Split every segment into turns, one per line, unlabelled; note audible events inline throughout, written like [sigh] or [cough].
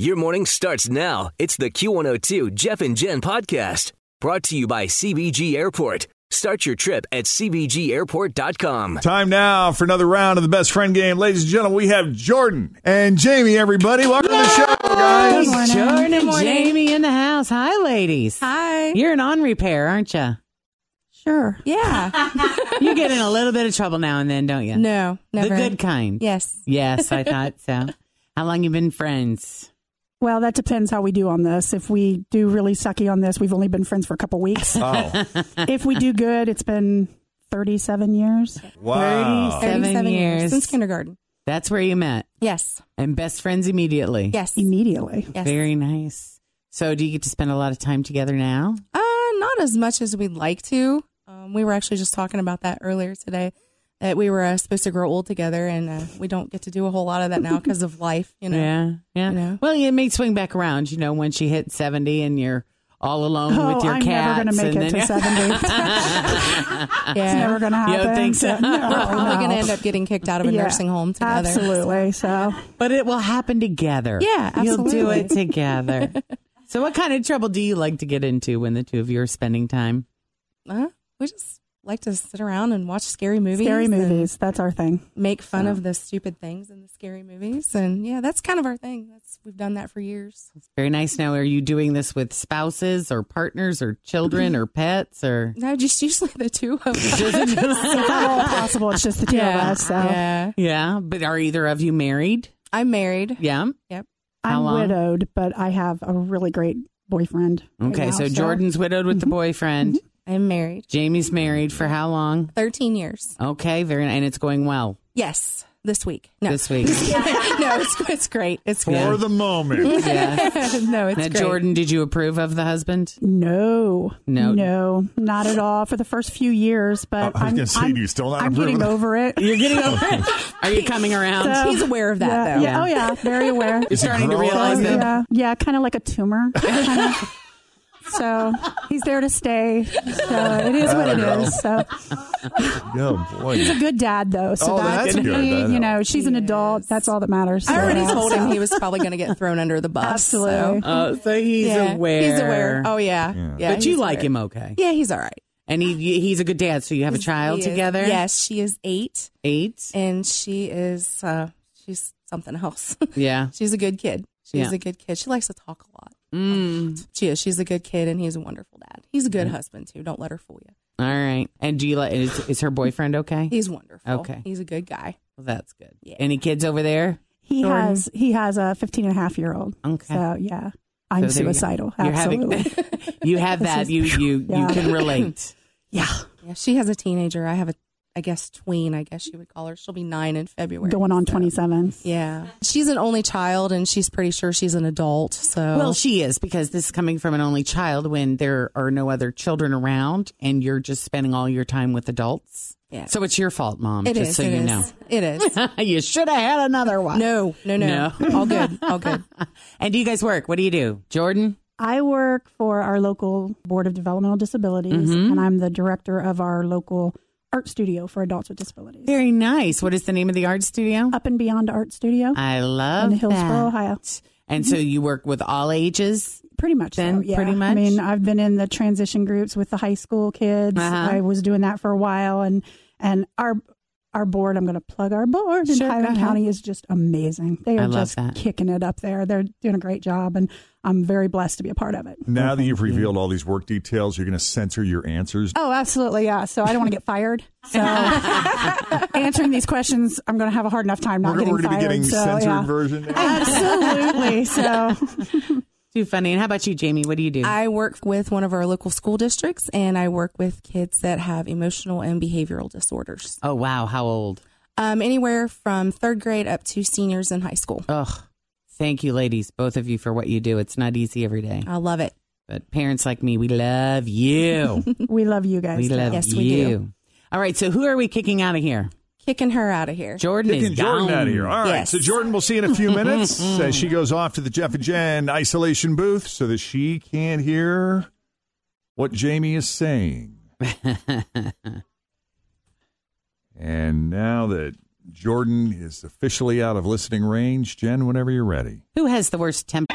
Your morning starts now. It's the Q102 Jeff and Jen podcast brought to you by CBG Airport. Start your trip at CBGAirport.com.
Time now for another round of the best friend game. Ladies and gentlemen, we have Jordan and Jamie, everybody. Welcome to the show, guys.
Jordan and Jamie in the house. Hi, ladies.
Hi.
You're an on repair, aren't you?
Sure. Yeah.
You get in a little bit of trouble now and then, don't you?
no, never.
The good kind.
Yes.
Yes, I thought so. How long you been friends?
Well, that depends how we do on this. If we do really sucky on this, we've only been friends for a couple weeks.
Oh,
[laughs] if we do good, it's been 37 years.
wow.
Seven years.
Since kindergarten.
That's where you met.
Yes.
And best friends immediately.
Yes.
Immediately.
Yes.
Very nice. So do you get to spend a lot of time together now?
Uh, not as much as we'd like to. Um, we were actually just talking about that earlier today that we were uh, supposed to grow old together and uh, we don't get to do a whole lot of that now because of life, you know.
Yeah. Yeah.
You know.
Well, it may swing back around, you know, when she hit 70 and you're all alone
Oh,
with your
I'm
cats.
never going to
and
make it
then
to
[laughs]
70. it's
Yeah.
never going to
You
happen.
don't think so?
[laughs] No,
we're probably
no.
going to end up getting kicked out of a
Yeah.
nursing home together. [laughs]
Absolutely. So,
[laughs] But it will happen together.
Yeah,
You'll do
absolutely.
it together. so, what kind of trouble do you like to get into when the two of you are spending time?
Uh, we just like to sit around and watch scary movies.
scary
and
movies. That's our thing.
Make fun of the stupid things in the scary movies. And yeah, that's kind of our thing. That's We've done that for years.
Very nice. Now, are you doing this with spouses or partners or children
[laughs]
or pets or?
No, just usually the two
[laughs]
of us.
It's not all possible. It's just the two of us. So,
yeah.
yeah, but are either of you married?
I'm married.
Yeah. How
I'm
long?
widowed, but I have a really great boyfriend. right
Okay,
now,
so Jordan's widowed with the
Mm-hmm.
boyfriend.
I'm married.
Jamie's married for how long?
13 years.
Okay, very nice. And it's going well
Yes. This week. No.
this
[laughs]
week.
no, it's, it's great. It's [laughs]
For
great.
the moment.
yeah.
no, it's
Now,
great.
Jordan, did you approve of the husband?
[laughs]
No,
No.
no, not at all. For the first few years, but
I was
I'm-
gonna say,
I'm-
do you still not
I'm
approve
getting
of it?
over it.
You're getting over it. [laughs] Are you coming around?
So-
He's aware of that,
yeah,
though.
Yeah, oh yeah,
[laughs]
very aware. Oh,
Is it
starting to
growing?
realize that-
yeah, yeah, kind of like a tumor. kinda. so he's there to stay. So it is what it is. So
Oh, boy.
he's a good dad, though. So
Oh,
that
that's
to
good.
me,
That
you know, she's an
Yes.
adult. That's all that matters.
I
So,
already
yeah.
told him he
[laughs]
was probably going to get thrown under the bus.
Absolutely.
Uh, so-
Oh, so he's
Yeah,
aware.
He's aware. Oh, yeah. yeah.
but you
he's
like
aware.
him okay.
Yeah, he's all right.
And he he's a good dad. So you have a child
He is-
together?
Yes, she is eight, [laughs]
Eight?
and she is, uh, she's something else. [laughs]
Yeah.
she's a good kid. She's
Yeah.
a good kid. She likes to talk a lot.
Mm.
She is. She's a good kid, and he's a wonderful dad. He's a good husband too. Don't let her fool you.
All right. And do you like is, is her boyfriend okay?
He's wonderful.
Okay.
He's a good guy.
Well, that's good. Any kids over there?
He
Jordan?
has he has a 15 and a half year old.
Okay.
So yeah, I'm
So there you go.
suicidal.
You're having-
Absolutely.
[laughs]
you have
This
that.
is-
you you
Yeah.
you can relate.
yeah,
Yeah, she has a teenager. I have a, I guess tween. I guess you would call her. She'll be nine in February.
going on
so-
27.
Yeah, she's an only child, and she's pretty sure she's an adult. So
Well, she is because this is coming from an only child when there are no other children around and you're just spending all your time with adults.
Yeah.
So it's your fault, mom,
it
just
is.
so
it
you
is.
know.
It
[laughs]
is.
you should have had another one. [laughs]
No, no, no,
No.
All good. All
[laughs]
good.
And do you guys work? What do you do? Jordan?
I work for our local Board of Developmental Disabilities,
Mm-hmm.
and I'm the director of our local art studio for adults with disabilities.
Very nice. What is the name of the art studio?
Up and Beyond Art Studio,
I love
Uh, in Hillsboro,
that.
Ohio.
And so you work with all ages.
pretty much. so,
Then
yeah.
pretty much?
I mean, I've been in the transition groups with the high school kids.
Uh-huh.
I was doing that for a while, and and our our board. I'm going to plug our board in
Sure, go
Highland
ahead.
County is just amazing. They
I
are
love
just
that.
kicking it up there. They're doing a great job, and I'm very blessed to be a part of it.
Now that you've revealed all these work details, you're going to censor your answers.
Oh, absolutely, yeah. So I don't want to get fired. So answering these questions, I'm going to have a hard enough time not
we're
getting
going to be
fired.
getting
so,
censored
yeah.
version.
[laughs] Absolutely. So
Too funny. And how about you, Jamie? What do you do?
I work with one of our local school districts and I work with kids that have emotional and behavioral disorders.
oh wow, how old?
Um, anywhere from third grade up to seniors in high school.
Ugh. Thank you, ladies, both of you, for what you do. It's not easy every day,
I love it.
but parents like me, we
[laughs]
love you.
we love you guys.
we love
Yes,
you.
we do.
All right, so who are we kicking out of here?
Kicking her out of here.
Jordan
Kicking
is
Jordan
gone.
out of here. All right.
Yes.
So Jordan, we'll see you in a
[laughs]
few minutes as she goes off to the Jeff and Jen isolation booth so that she can hear what Jamie is saying. and now that Jordan is officially out of listening range, Jen, whenever you're ready.
[laughs] Who has the worst temper?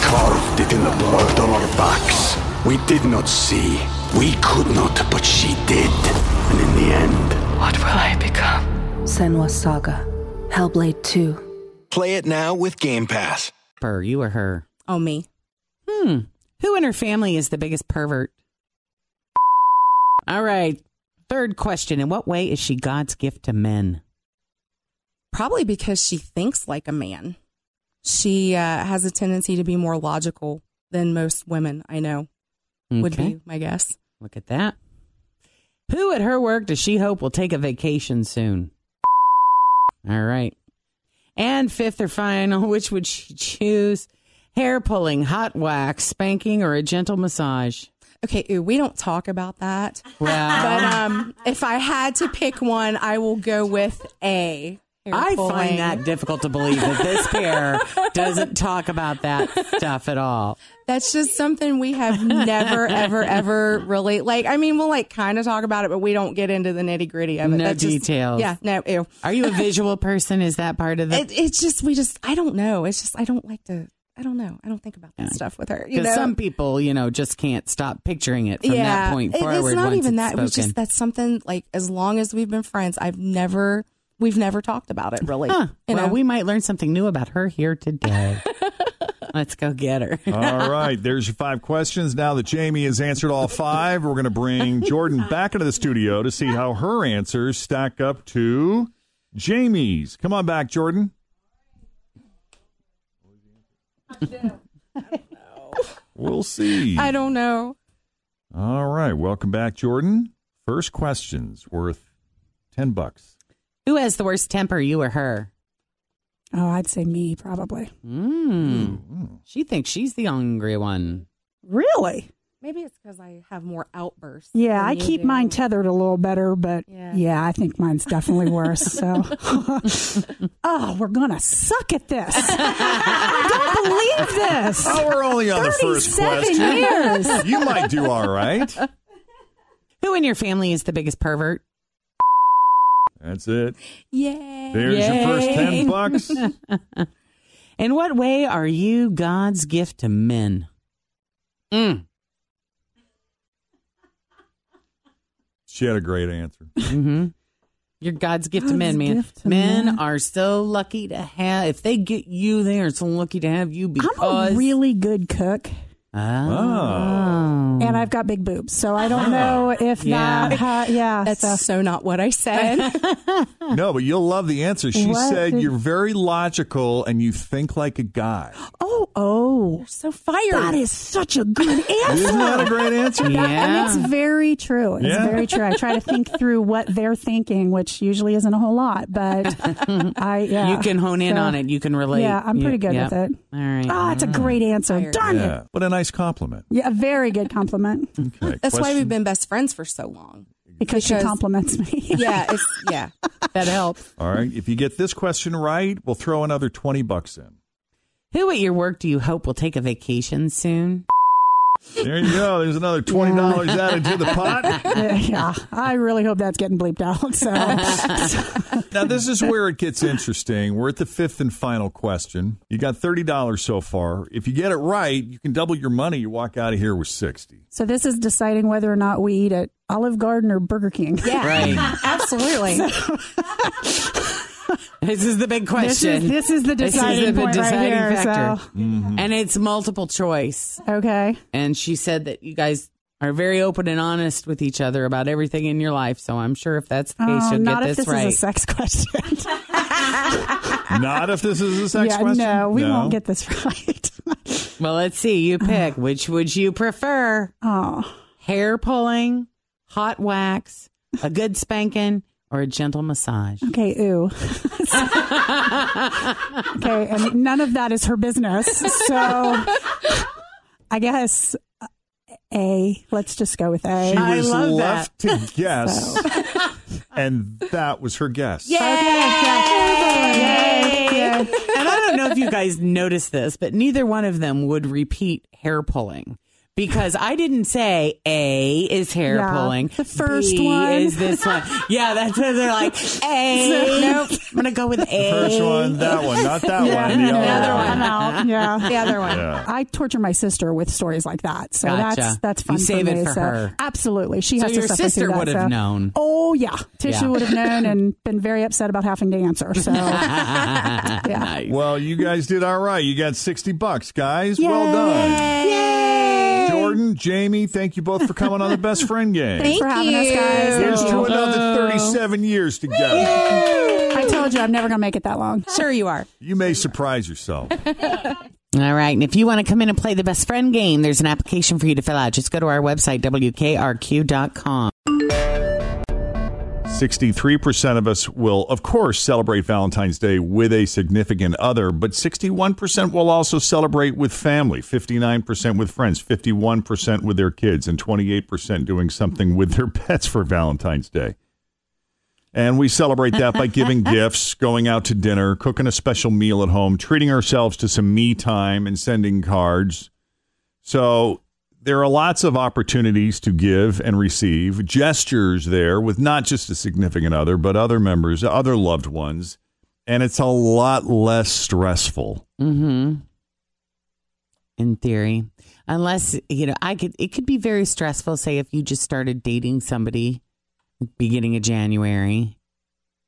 Carved it in the blood on our backs. We did not see. We could not, but she did. And in the end,
What will I become? Senwa Saga, Hellblade 2.
Play it now with Game Pass.
You or her?
Oh, me.
Hmm. Who in her family is the biggest pervert? All right. Third question. In what way is she God's gift to men?
Probably because she thinks like a man. She uh, has a tendency to be more logical than most women I know, would
Okay.
be my guess.
Look at that. Who at her work does she hope will take a vacation soon? All right. And fifth or final, [laughs] which would she choose? Hair pulling, hot wax, spanking, or a gentle massage?
Okay, ooh, we don't talk about that. [laughs]
Well,
But um, if I had to pick one, I will go with A. hair
I
pulling.
find that difficult to believe that this pair doesn't talk about that stuff at all.
That's just something we have
[laughs]
never, ever, ever really like. I mean, we'll like kind of talk about it, but we don't get into the nitty gritty of it.
No
That just-
details.
Yeah, no, ew.
Are you a visual person? Is that part of the?
It, it's just we just I don't know. It's just I don't like to. I don't know. I don't think about that stuff with her. You
Because
know,
some people, you know, just can't stop picturing it from that point
it-
forward.
It's not
once
even
it's
that. It was
spoken.
just that's something like as long as we've been friends, I've never we've never talked about it really.
Huh.
You
Well,
know?
we might learn something new about her here
[laughs]
today. Let's go get her.
[laughs] All right, there's your five questions. Now that Jamie has answered all five, we're going to bring Jordan back into the studio to see how her answers stack up to Jamie's. Come on back, Jordan. We'll see.
I don't know.
All right, welcome back, Jordan. First question's worth 10 bucks.
Who has the worst temper, you or her?
Oh, I'd say me probably.
Mm. She thinks she's the angry one.
[laughs] Really?
Maybe it's because I have more outbursts.
Yeah,
than
I
you
keep
do.
mine tethered a little better, but
Yeah.
yeah, I think mine's definitely worse. So, [laughs] oh, we're gonna suck at this. I don't believe this.
Oh, we're only on the first
Thirty-seven
question. [laughs]
years.
You might do all right.
Who in your family is the biggest pervert?
That's it.
Yay.
There's your first
Yay.
10 bucks.
In what way are you God's gift to men? Mm.
She had a great answer.
hmm You're God's gift to
God's
men, man.
gift to
men,
men.
are so lucky to have. If they get you, they are so lucky to have you because.
I'm a really good cook,
Oh.
Ah.
and I've got big boobs, so I don't know if
Yeah.
that. ha- yeah,
That's
so-
so not what I said.
No, but you'll love the answer. She
What
said
did-
you're very logical and you think like a guy.
oh, oh,
so fired.
that is such a [laughs] good
Isn't that a
answer.
great answer?
[laughs] yeah.
And it's very true. It's
Yeah.
very true. I try to think [laughs] through what they're thinking, which usually isn't a whole lot, [laughs] but I yeah.
You can hone in
So-
on it. You can relate.
Yeah, I'm
You-
pretty good
yeah.
with it.
All right.
Oh, it's a great answer. Darn it.
Yeah. What a nice compliment.
Yeah, a very good compliment. [laughs]
Okay,
That's why
question-
we've been best friends for so long.
because, she [laughs] compliments me.
yeah, it's, yeah,
that helps.
All right. If you get this question right, we'll throw another 20 bucks in.
Who at your work do you hope will take a vacation soon?
There you go. There's another $20 added to the pot.
Yeah, yeah, I really hope that's getting bleeped out. So, [laughs]
Now, this is where it gets interesting. We're at the fifth and final question. You got $30 so far. If you get it right, you can double your money. You walk out of here with 60
so this is deciding whether or not we eat at Olive Garden or Burger King.
yeah,
Right.
[laughs]
absolutely.
This is the big
[laughs] This is,
question.
this is the
This is
deciding
the
point
deciding
right here.
factor. And it's multiple choice.
So, okay.
And she said that you guys are very open and honest with each other about everything in your life. So I'm sure if that's the case,
Oh,
you'll
not
get
if
this,
this
right.
is a sex [laughs] question.
Not if this is a sex
[laughs] yeah,
question.
no, we won't get this right. [laughs]
well, let's see. You pick. Which would you prefer?
oh,
Hair pulling, hot wax, a good spanking, or a gentle massage?
okay, ooh. [laughs] okay, and none of that is her business. So, [laughs] I guess uh, A. Let's just go with
She
A.
I
was
love
left
[laughs]
to guess, and that was her guess.
Okay, okay.
and I don't know if you guys noticed this, but neither one of them would repeat hair pulling because I didn't say A is hair
Yeah,
pulling.
the first
B
one.
is this
[laughs]
one. Yeah, that's it. They're like A. nope. I'm gonna go with A.
First one, that one, not that one, the other
Another
one.
I'm
[laughs]
out. Yeah.
The other one.
Yeah.
I torture my sister with stories like that, so
Gotcha.
that's that's fun
You save
for
it
me.
for
so
her.
absolutely, she
So
has
your
to suffer
sister
through that,
would have
so-
known.
Oh yeah, Tisha
Yeah.
would have known and
[laughs]
been very upset about having to answer. So
Nice.
Well, you guys did all right. You got 60 bucks, guys. Well done. Jordan, Jamie, thank you both for coming on the Best Friend Game.
thanks for having us, guys.
Here's
Thank
to
you.
another 37 years together.
I told you I'm never gonna make it that long.
Sure, you are.
You may surprise yourself.
All right. And if you want to come in and play the best friend game, there's an application for you to fill out. Just go to our website, wkrq.com.
63% of us will, of course, celebrate Valentine's Day with a significant other, but 61% will also celebrate with family, 59% with friends, 51% with their kids, and 28% doing something with their pets for Valentine's Day. And we celebrate that by giving gifts, going out to dinner, cooking a special meal at home, treating ourselves to some me time, and sending cards. So there are lots of opportunities to give and receive gestures there with not just a significant other, but other members, other loved ones. And it's a lot less stressful.
hmm In theory, unless you know, I could. It could be very stressful. Say if you just started dating somebody beginning of January,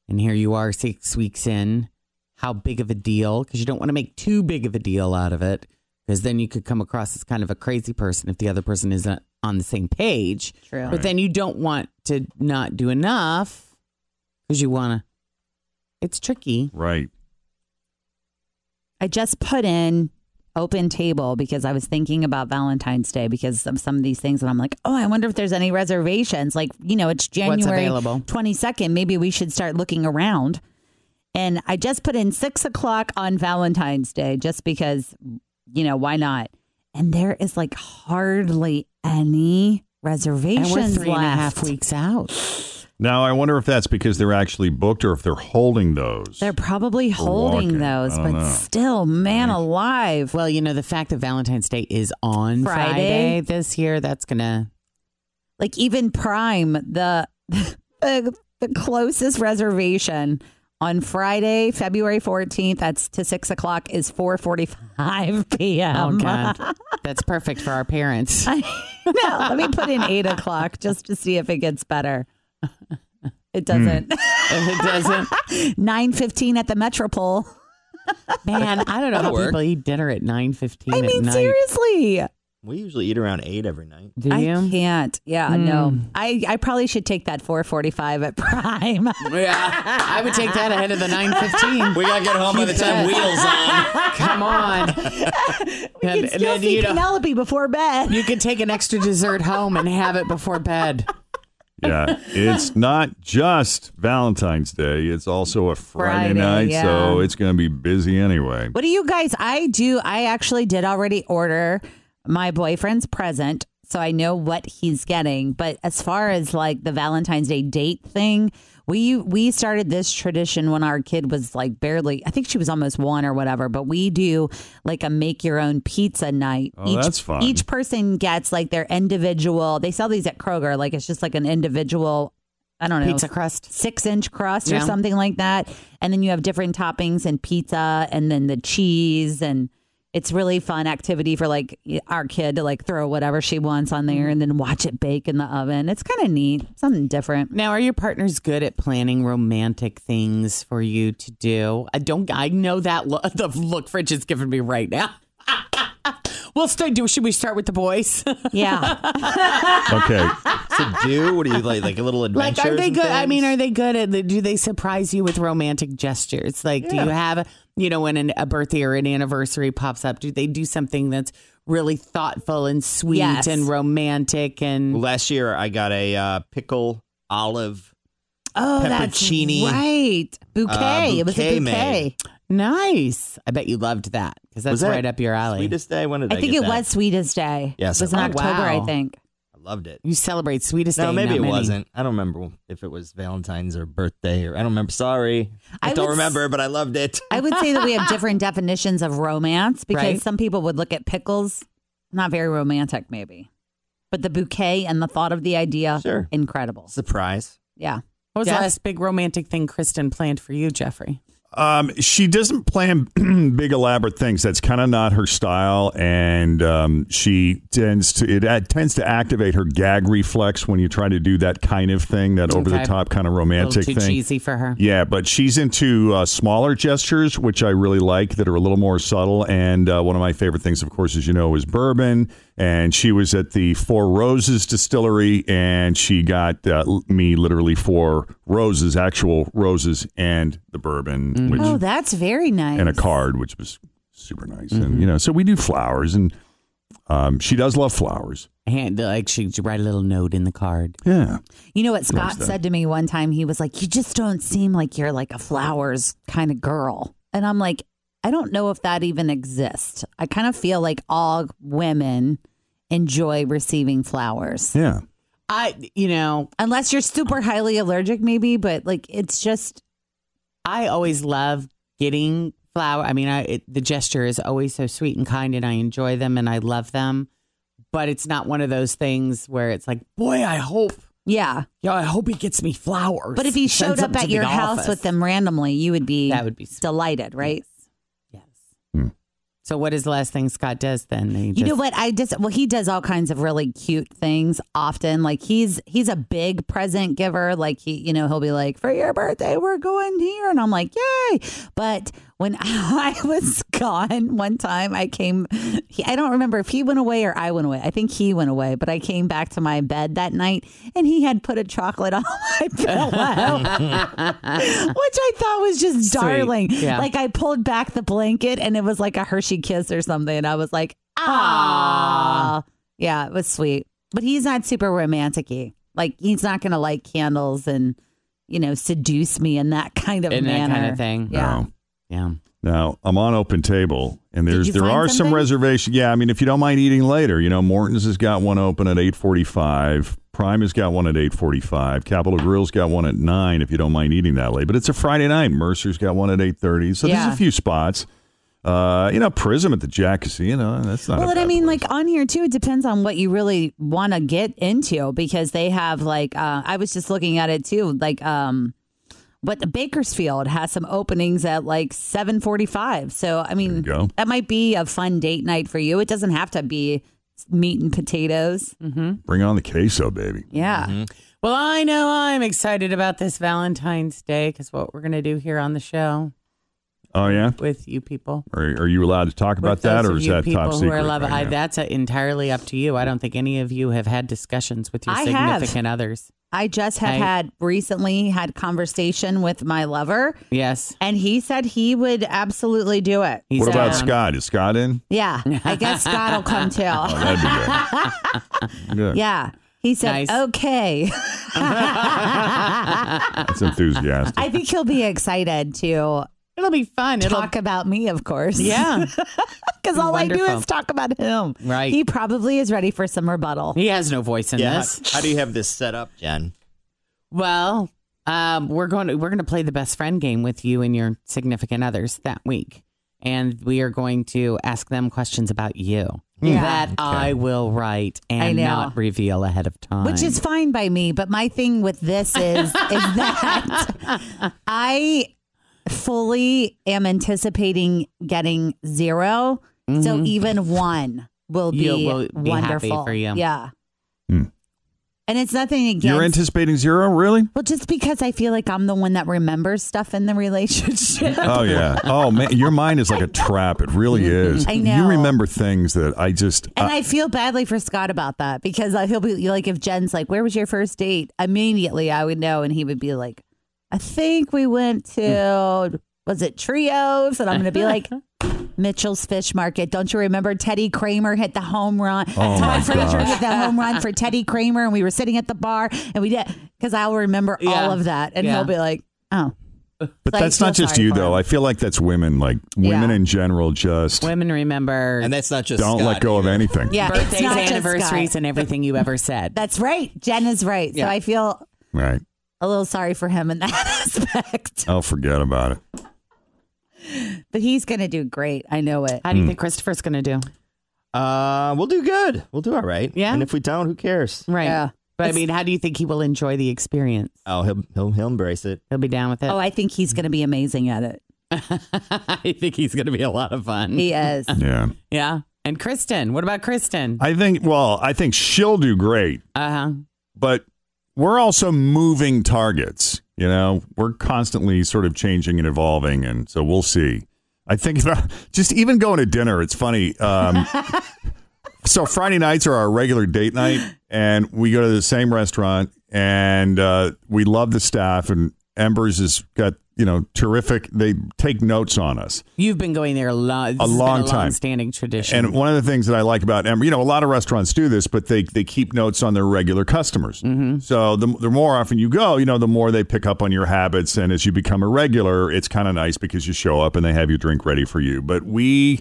and here you are six weeks in. How big of a deal? Because you don't want to make too big of a deal out of it, because then you could come across as kind of a crazy person if the other person isn't on the same page. True. But then you don't want to not do enough, because you want to. It's tricky.
Right.
I just put in open table because I was thinking about Valentine's Day because of some of these things, and I'm like, oh, I wonder if there's any reservations. Like, you know, it's January
available?
22nd. Maybe we should start looking around. And I just put in six o'clock on Valentine's Day just because, you know, why not? And there is like hardly any
And
reservations
we're three
left.
and a half weeks out.
Now, I wonder if that's because they're actually booked or if they're holding those.
They're probably holding
walking.
those,
I don't
but
know.
[laughs] still, man alive.
Well, you know, the fact that Valentine's Day is on Friday,
Friday.
this year, that's going to.
like even prime the [laughs] the, the closest reservation on friday february 14th that's [laughs] to 6 o'clock is 4.45
Oh,
p.m
[laughs] God. that's perfect for our parents.
no let me put in 8 o'clock just to see if it gets better it doesn't
[laughs] If it doesn't,
9.15 at the metropole
man, I don't know how people eat dinner at 9.15
i
at
mean
night.
seriously
We usually eat around eight every night. Mm.
Do
i
you?
can't yeah no I, I probably should take that 4.45 at prime
Yeah, I would take that ahead of the 9.15.
We gotta get home by the time wheels on.
Come on.
[laughs]
and, and
still
then,
see
you, know,
penelope before bed
you could take an extra dessert home and have it before bed.
yeah. It's not just Valentine's Day, it's also a Friday,
Friday,
night. So
yeah.
it's going to be busy anyway.
What do you guys? I do. I actually did already order my boyfriend's present. so I know what he's getting. But as far as like the Valentine's Day date thing, we we started this tradition when our kid was like barely, I think she was almost one or whatever. But we do like a make your own pizza night.
Oh, that's fun.
Each person gets like their individual. They sell these at Kroger. Like it's just like an individual. I don't know
Pizza crust.
six inch crust or
Yeah.
something like that. And then you have different toppings and pizza and then the cheese and it's really fun activity for like our kid to like throw whatever she wants on
Mm-hmm.
there and then watch it bake in the oven. It's kind of neat, something different.
Now, are your partners good at planning romantic things for you to do? I don't. I know that lo- [laughs] the look French is giving me right now. [laughs] well, stay. Do should we start with the boys? [laughs]
Yeah.
Okay.
[laughs]
to do? What do you like? Like a little adventure?
like, are they good? I mean, are they good at? the- Do they surprise you with romantic gestures? Like, do
Yeah.
you have you know when an, a birthday or an anniversary pops up? Do they do something that's really thoughtful and sweet
Yes.
and romantic and
Last year, I got a uh, pickle olive
Oh,
Peppercini,
that's right. Bouquet. It was a
Uh, bouquet
bouquet.
made.
nice? I bet you loved that because that's
Was that
right up your alley.
sweetest day. When did I,
I think
get
it
that?
was Sweetest Day.
Yes,
it was in
oh,
October,
wow.
I think.
I loved it.
You celebrate sweetest
No,
day.
maybe
not
it
many.
wasn't. I don't remember if it was Valentine's or birthday or I don't remember. Sorry, I,
I
don't
would s-
remember, but I loved it.
I would say that we have different definitions of romance because
Right.
some people would look at pickles, not very romantic, maybe, but the bouquet and the thought of the idea,
Sure.
incredible.
Surprise.
Yeah.
What was
Jeff?
the last big romantic thing Kristen planned for you, Jeffrey?
Um, she doesn't plan [clears throat] big elaborate things. That's kind of not her style, and um, she tends to it uh, tends to activate her gag reflex when you try to do that kind of thing, that over the top kind of
A little
romantic
too
thing.
cheesy for her.
Yeah, but she's into uh, smaller gestures, which I really like, that are a little more subtle. And uh, one of my favorite things, of course, as you know, is bourbon. And she was at the Four Roses distillery, and she got uh, l- me literally four roses, actual roses, and the bourbon, which
Oh, that's very nice. Mm-hmm.
and a card, which was super nice. And you know, so we do flowers, and um, she does love flowers.
Hand, like she she write a little note in the card.
Yeah.
You know what
Loves
Scott
that.
said to me one time? He was like, You just don't seem like you're like a flowers kind of girl. And I'm like, I don't know if that even exists. I kind of feel like all women enjoy receiving flowers.
Yeah.
I, you know,
Unless you're super highly allergic, maybe, but like it's just,
I always love getting flower. I mean, I it, the gesture is always so sweet and kind, and I enjoy them and I love them. But it's not one of those things where it's like, boy, I hope,
yeah.
yeah, I hope he gets me flowers.
But if he showed
sends them
up
to
at
the
your house
office.
with them randomly, you would be,
That would be sweet.
delighted, right?
so what is the last thing Scott does then? He
You know
just-
what? I just well, he does all kinds of really cute things often. Like he's he's a big present giver. Like he, you know, he'll be like, "For your birthday, we're going here," and I'm like, "Yay!" But when I was gone one time, I came. He, I don't remember if he went away or I went away. I think he went away, but I came back to my bed that night, and he had put a chocolate on my
Oh,
pillow,
[laughs]
which I thought was just [laughs]
Sweet.
darling.
Yeah.
Like I pulled back the blanket, and it was like a Hershey kiss or something, and I was like. Ah. Yeah, it was sweet. But he's not super romantic y. Like he's not gonna light candles and, you know, seduce me in that kind of
In that
manner.
kind of thing.
Yeah.
No.
Yeah.
Now I'm on open table, and there's
you
there
find
are some
something?
reservations. Yeah, I mean, if you don't mind eating later, you know, Morton's has got one open at eight forty-five. Prime has got one at eight forty-five. Capital Grill's got one at nine. If you don't mind eating that late, but it's a Friday night. Mercer's got one at eight thirty. So
Yeah.
there's a few spots. Uh, you know, Prism at the Jack Casino. That's not. a
Well, and I
bad
mean,
place.
like on here too, it depends on what you really want to get into because they have like uh, I was just looking at it too, like um, what the Bakersfield has some openings at like seven forty-five. So I mean,
There you go.
that might be a fun date night for you. It doesn't have to be meat and potatoes.
bring on the queso, baby.
Yeah.
Well, I know I'm excited about this Valentine's Day because what we're going to do here on the show
Oh yeah.
with you people.
Are, are you allowed to talk about
with
that,
those
or
of
is
you
that
people
top
who
secret?
Are love,
right
I,
now?
that's uh entirely up to you. I don't think any of you have had discussions with your
I have.
significant others.
I just have
Right.
had recently had conversation with my lover,
Yes.
and he said he would absolutely do it.
He's
what about
down.
Scott? Is Scott in?
Yeah, I guess Scott will come too.
Oh, that'd
[laughs]
be good. Good.
Yeah, he said "Oh,
Nice.
okay.
That's enthusiastic.
I think he'll be excited to
It'll be fun. It'll-
talk about me, of course. [laughs]
Yeah.
Because all I do
Wonderful.
is talk about him.
Right.
He probably is ready for some rebuttal.
He has no voice in
Yeah,
this.
How, how do you have this set up, Jen?
Well, um, we're going to we're going to play the best friend game with you and your significant others that week, and we are going to ask them questions about you
Hmm. Yeah.
that
Okay.
I will write
I
and
know.
not reveal ahead of time,
Which is fine by me, but my thing with this is is that I fully am anticipating getting [laughs] 0 So
Mhm.
even one will be,
You will be happy
wonderful
for you.
Yeah.
Hmm.
And it's nothing against
You're anticipating zero, really?
well, just because I feel like I'm the one that remembers stuff in the relationship.
Oh yeah. Oh man, your mind is like a trap. It really is.
Mm-hmm. I
You
know.
remember things that I just. uh,
And I feel badly for Scott about that because uh, he'll be like, if Jen's like, "Where was your first date?" Immediately, I would know, and he would be like, "I think we went to was it Trios?" And I'm gonna be like,
[laughs]
"Mitchell's Fish Market." Don't you remember Teddy Kramer hit the home run?
Oh, my
Todd Frazier
gosh.
hit the home run for Teddy Kramer, and we were sitting at the bar, and we did because I'll remember
Yeah.
all of that, and
Yeah.
he'll be like, "Oh."
but
So I
that's
feel
not just
sorry
you
for him.
though. I feel like that's women. Like women in general just
women remember
And that's not just
don't let
Scott.
go of anything.
Yeah, it's
birthdays,
not just
anniversaries,
Scott.
and everything you ever
[laughs]
said.
That's right. Jen is right.
Yeah.
So I feel
Right.
a little sorry for him in that [laughs] aspect.
I'll forget about it.
But he's going to do great. I know it.
Hmm.
How do you think Christopher's going to do?
Uh, we'll do good. We'll do all right.
Yeah.
And if we don't, who cares?
Right.
Yeah.
But I
It's-
mean, how do you think he will enjoy the experience?
Oh, he'll he'll, he'll embrace it.
He'll be down with it.
Oh, I think he's going to be amazing at it.
[laughs] I think he's going to be a lot of fun.
He is.
Yeah.
Yeah. And Kristen, what about Kristen?
I think. Well, I think she'll do great.
Uh huh.
but we're also moving targets. You know, we're constantly sort of changing and evolving, and so we'll see. I think that- [laughs] just even going to dinner, it's funny. Um, [laughs] so Friday nights are our regular date night, and we go to the same restaurant, and uh, we love the staff. And Embers has got you know terrific. They take notes on us.
You've been going there a lot.
A long time.
standing tradition.
And one of the things that I like about Ember, you know, a lot of restaurants do this, but they they keep notes on their regular customers.
Mm-hmm.
So the, the more often you go, you know, the more they pick up on your habits. And as you become a regular, it's kind of nice because you show up and they have your drink ready for you. But we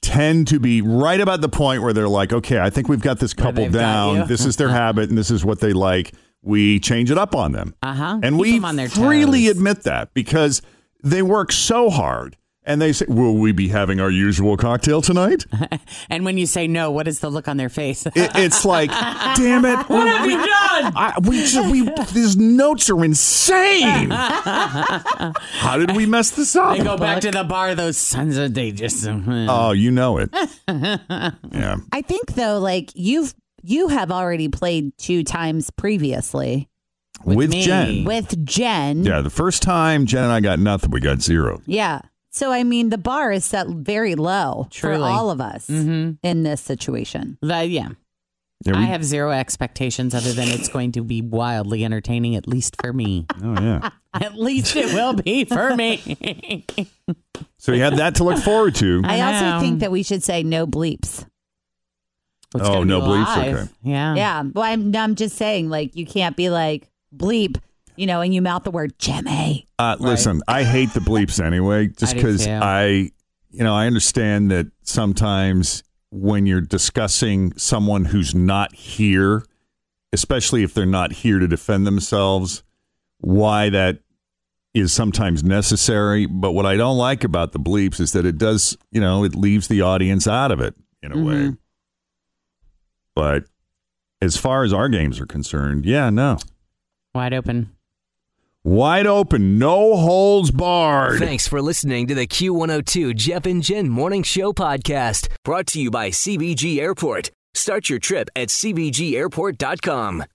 tend to be right about the point where they're like, okay, I think we've got this couple
they've got you. Uh-huh.
down. This is their habit and this is what they like. We change it up on them.
Uh-huh.
And
Keep
we
them on their
freely
toes.
admit that because they work so hard. And they say, "Will we be having our usual cocktail tonight?"
and when you say no, what is the look on their face?
It, it's like, damn it!
what have you done?
I, we just we these notes are insane. How did we mess this up?
[laughs] They go back to the bar. Those sons of they just. uh,
Oh, you know it. Yeah,
I think though, like you've you have already played two times previously
with,
me.
Jen.
with Jen.
yeah, the first time Jen and I got nothing, we got zero.
Yeah. So I mean, the bar is set very low for
Truly.
all of us
Mhm.
in this situation.
The- yeah.
Yeah, we-
I have zero expectations other than it's going to be wildly entertaining, at least for me.
Oh yeah.
[laughs] at least it will be for [laughs] me.
So you had that to look forward to.
I,
I know.
also think that we should say no bleeps.
It's
Oh,
gonna
no
be
bleeps?
live.
Okay.
Yeah.
Yeah. Well, I'm I'm just saying, like you can't be like bleep, you know, and you mouth the word Jimmy.
Uh, Listen, I hate the bleeps anyway, just
[laughs] I do
because
too.
I, you know, I understand that sometimes when you're discussing someone who's not here, especially if they're not here to defend themselves, why that is sometimes necessary. But what I don't like about the bleeps is that it does, you know, it leaves the audience out of it in a
Mm-hmm.
way. But as far as our games are concerned, yeah, no.
Wide open.
Wide open, no holds barred.
Thanks for listening to the Q102 Jeff and Jen Morning Show podcast, brought to you by CBG Airport. Start your trip at CBGAirport.com.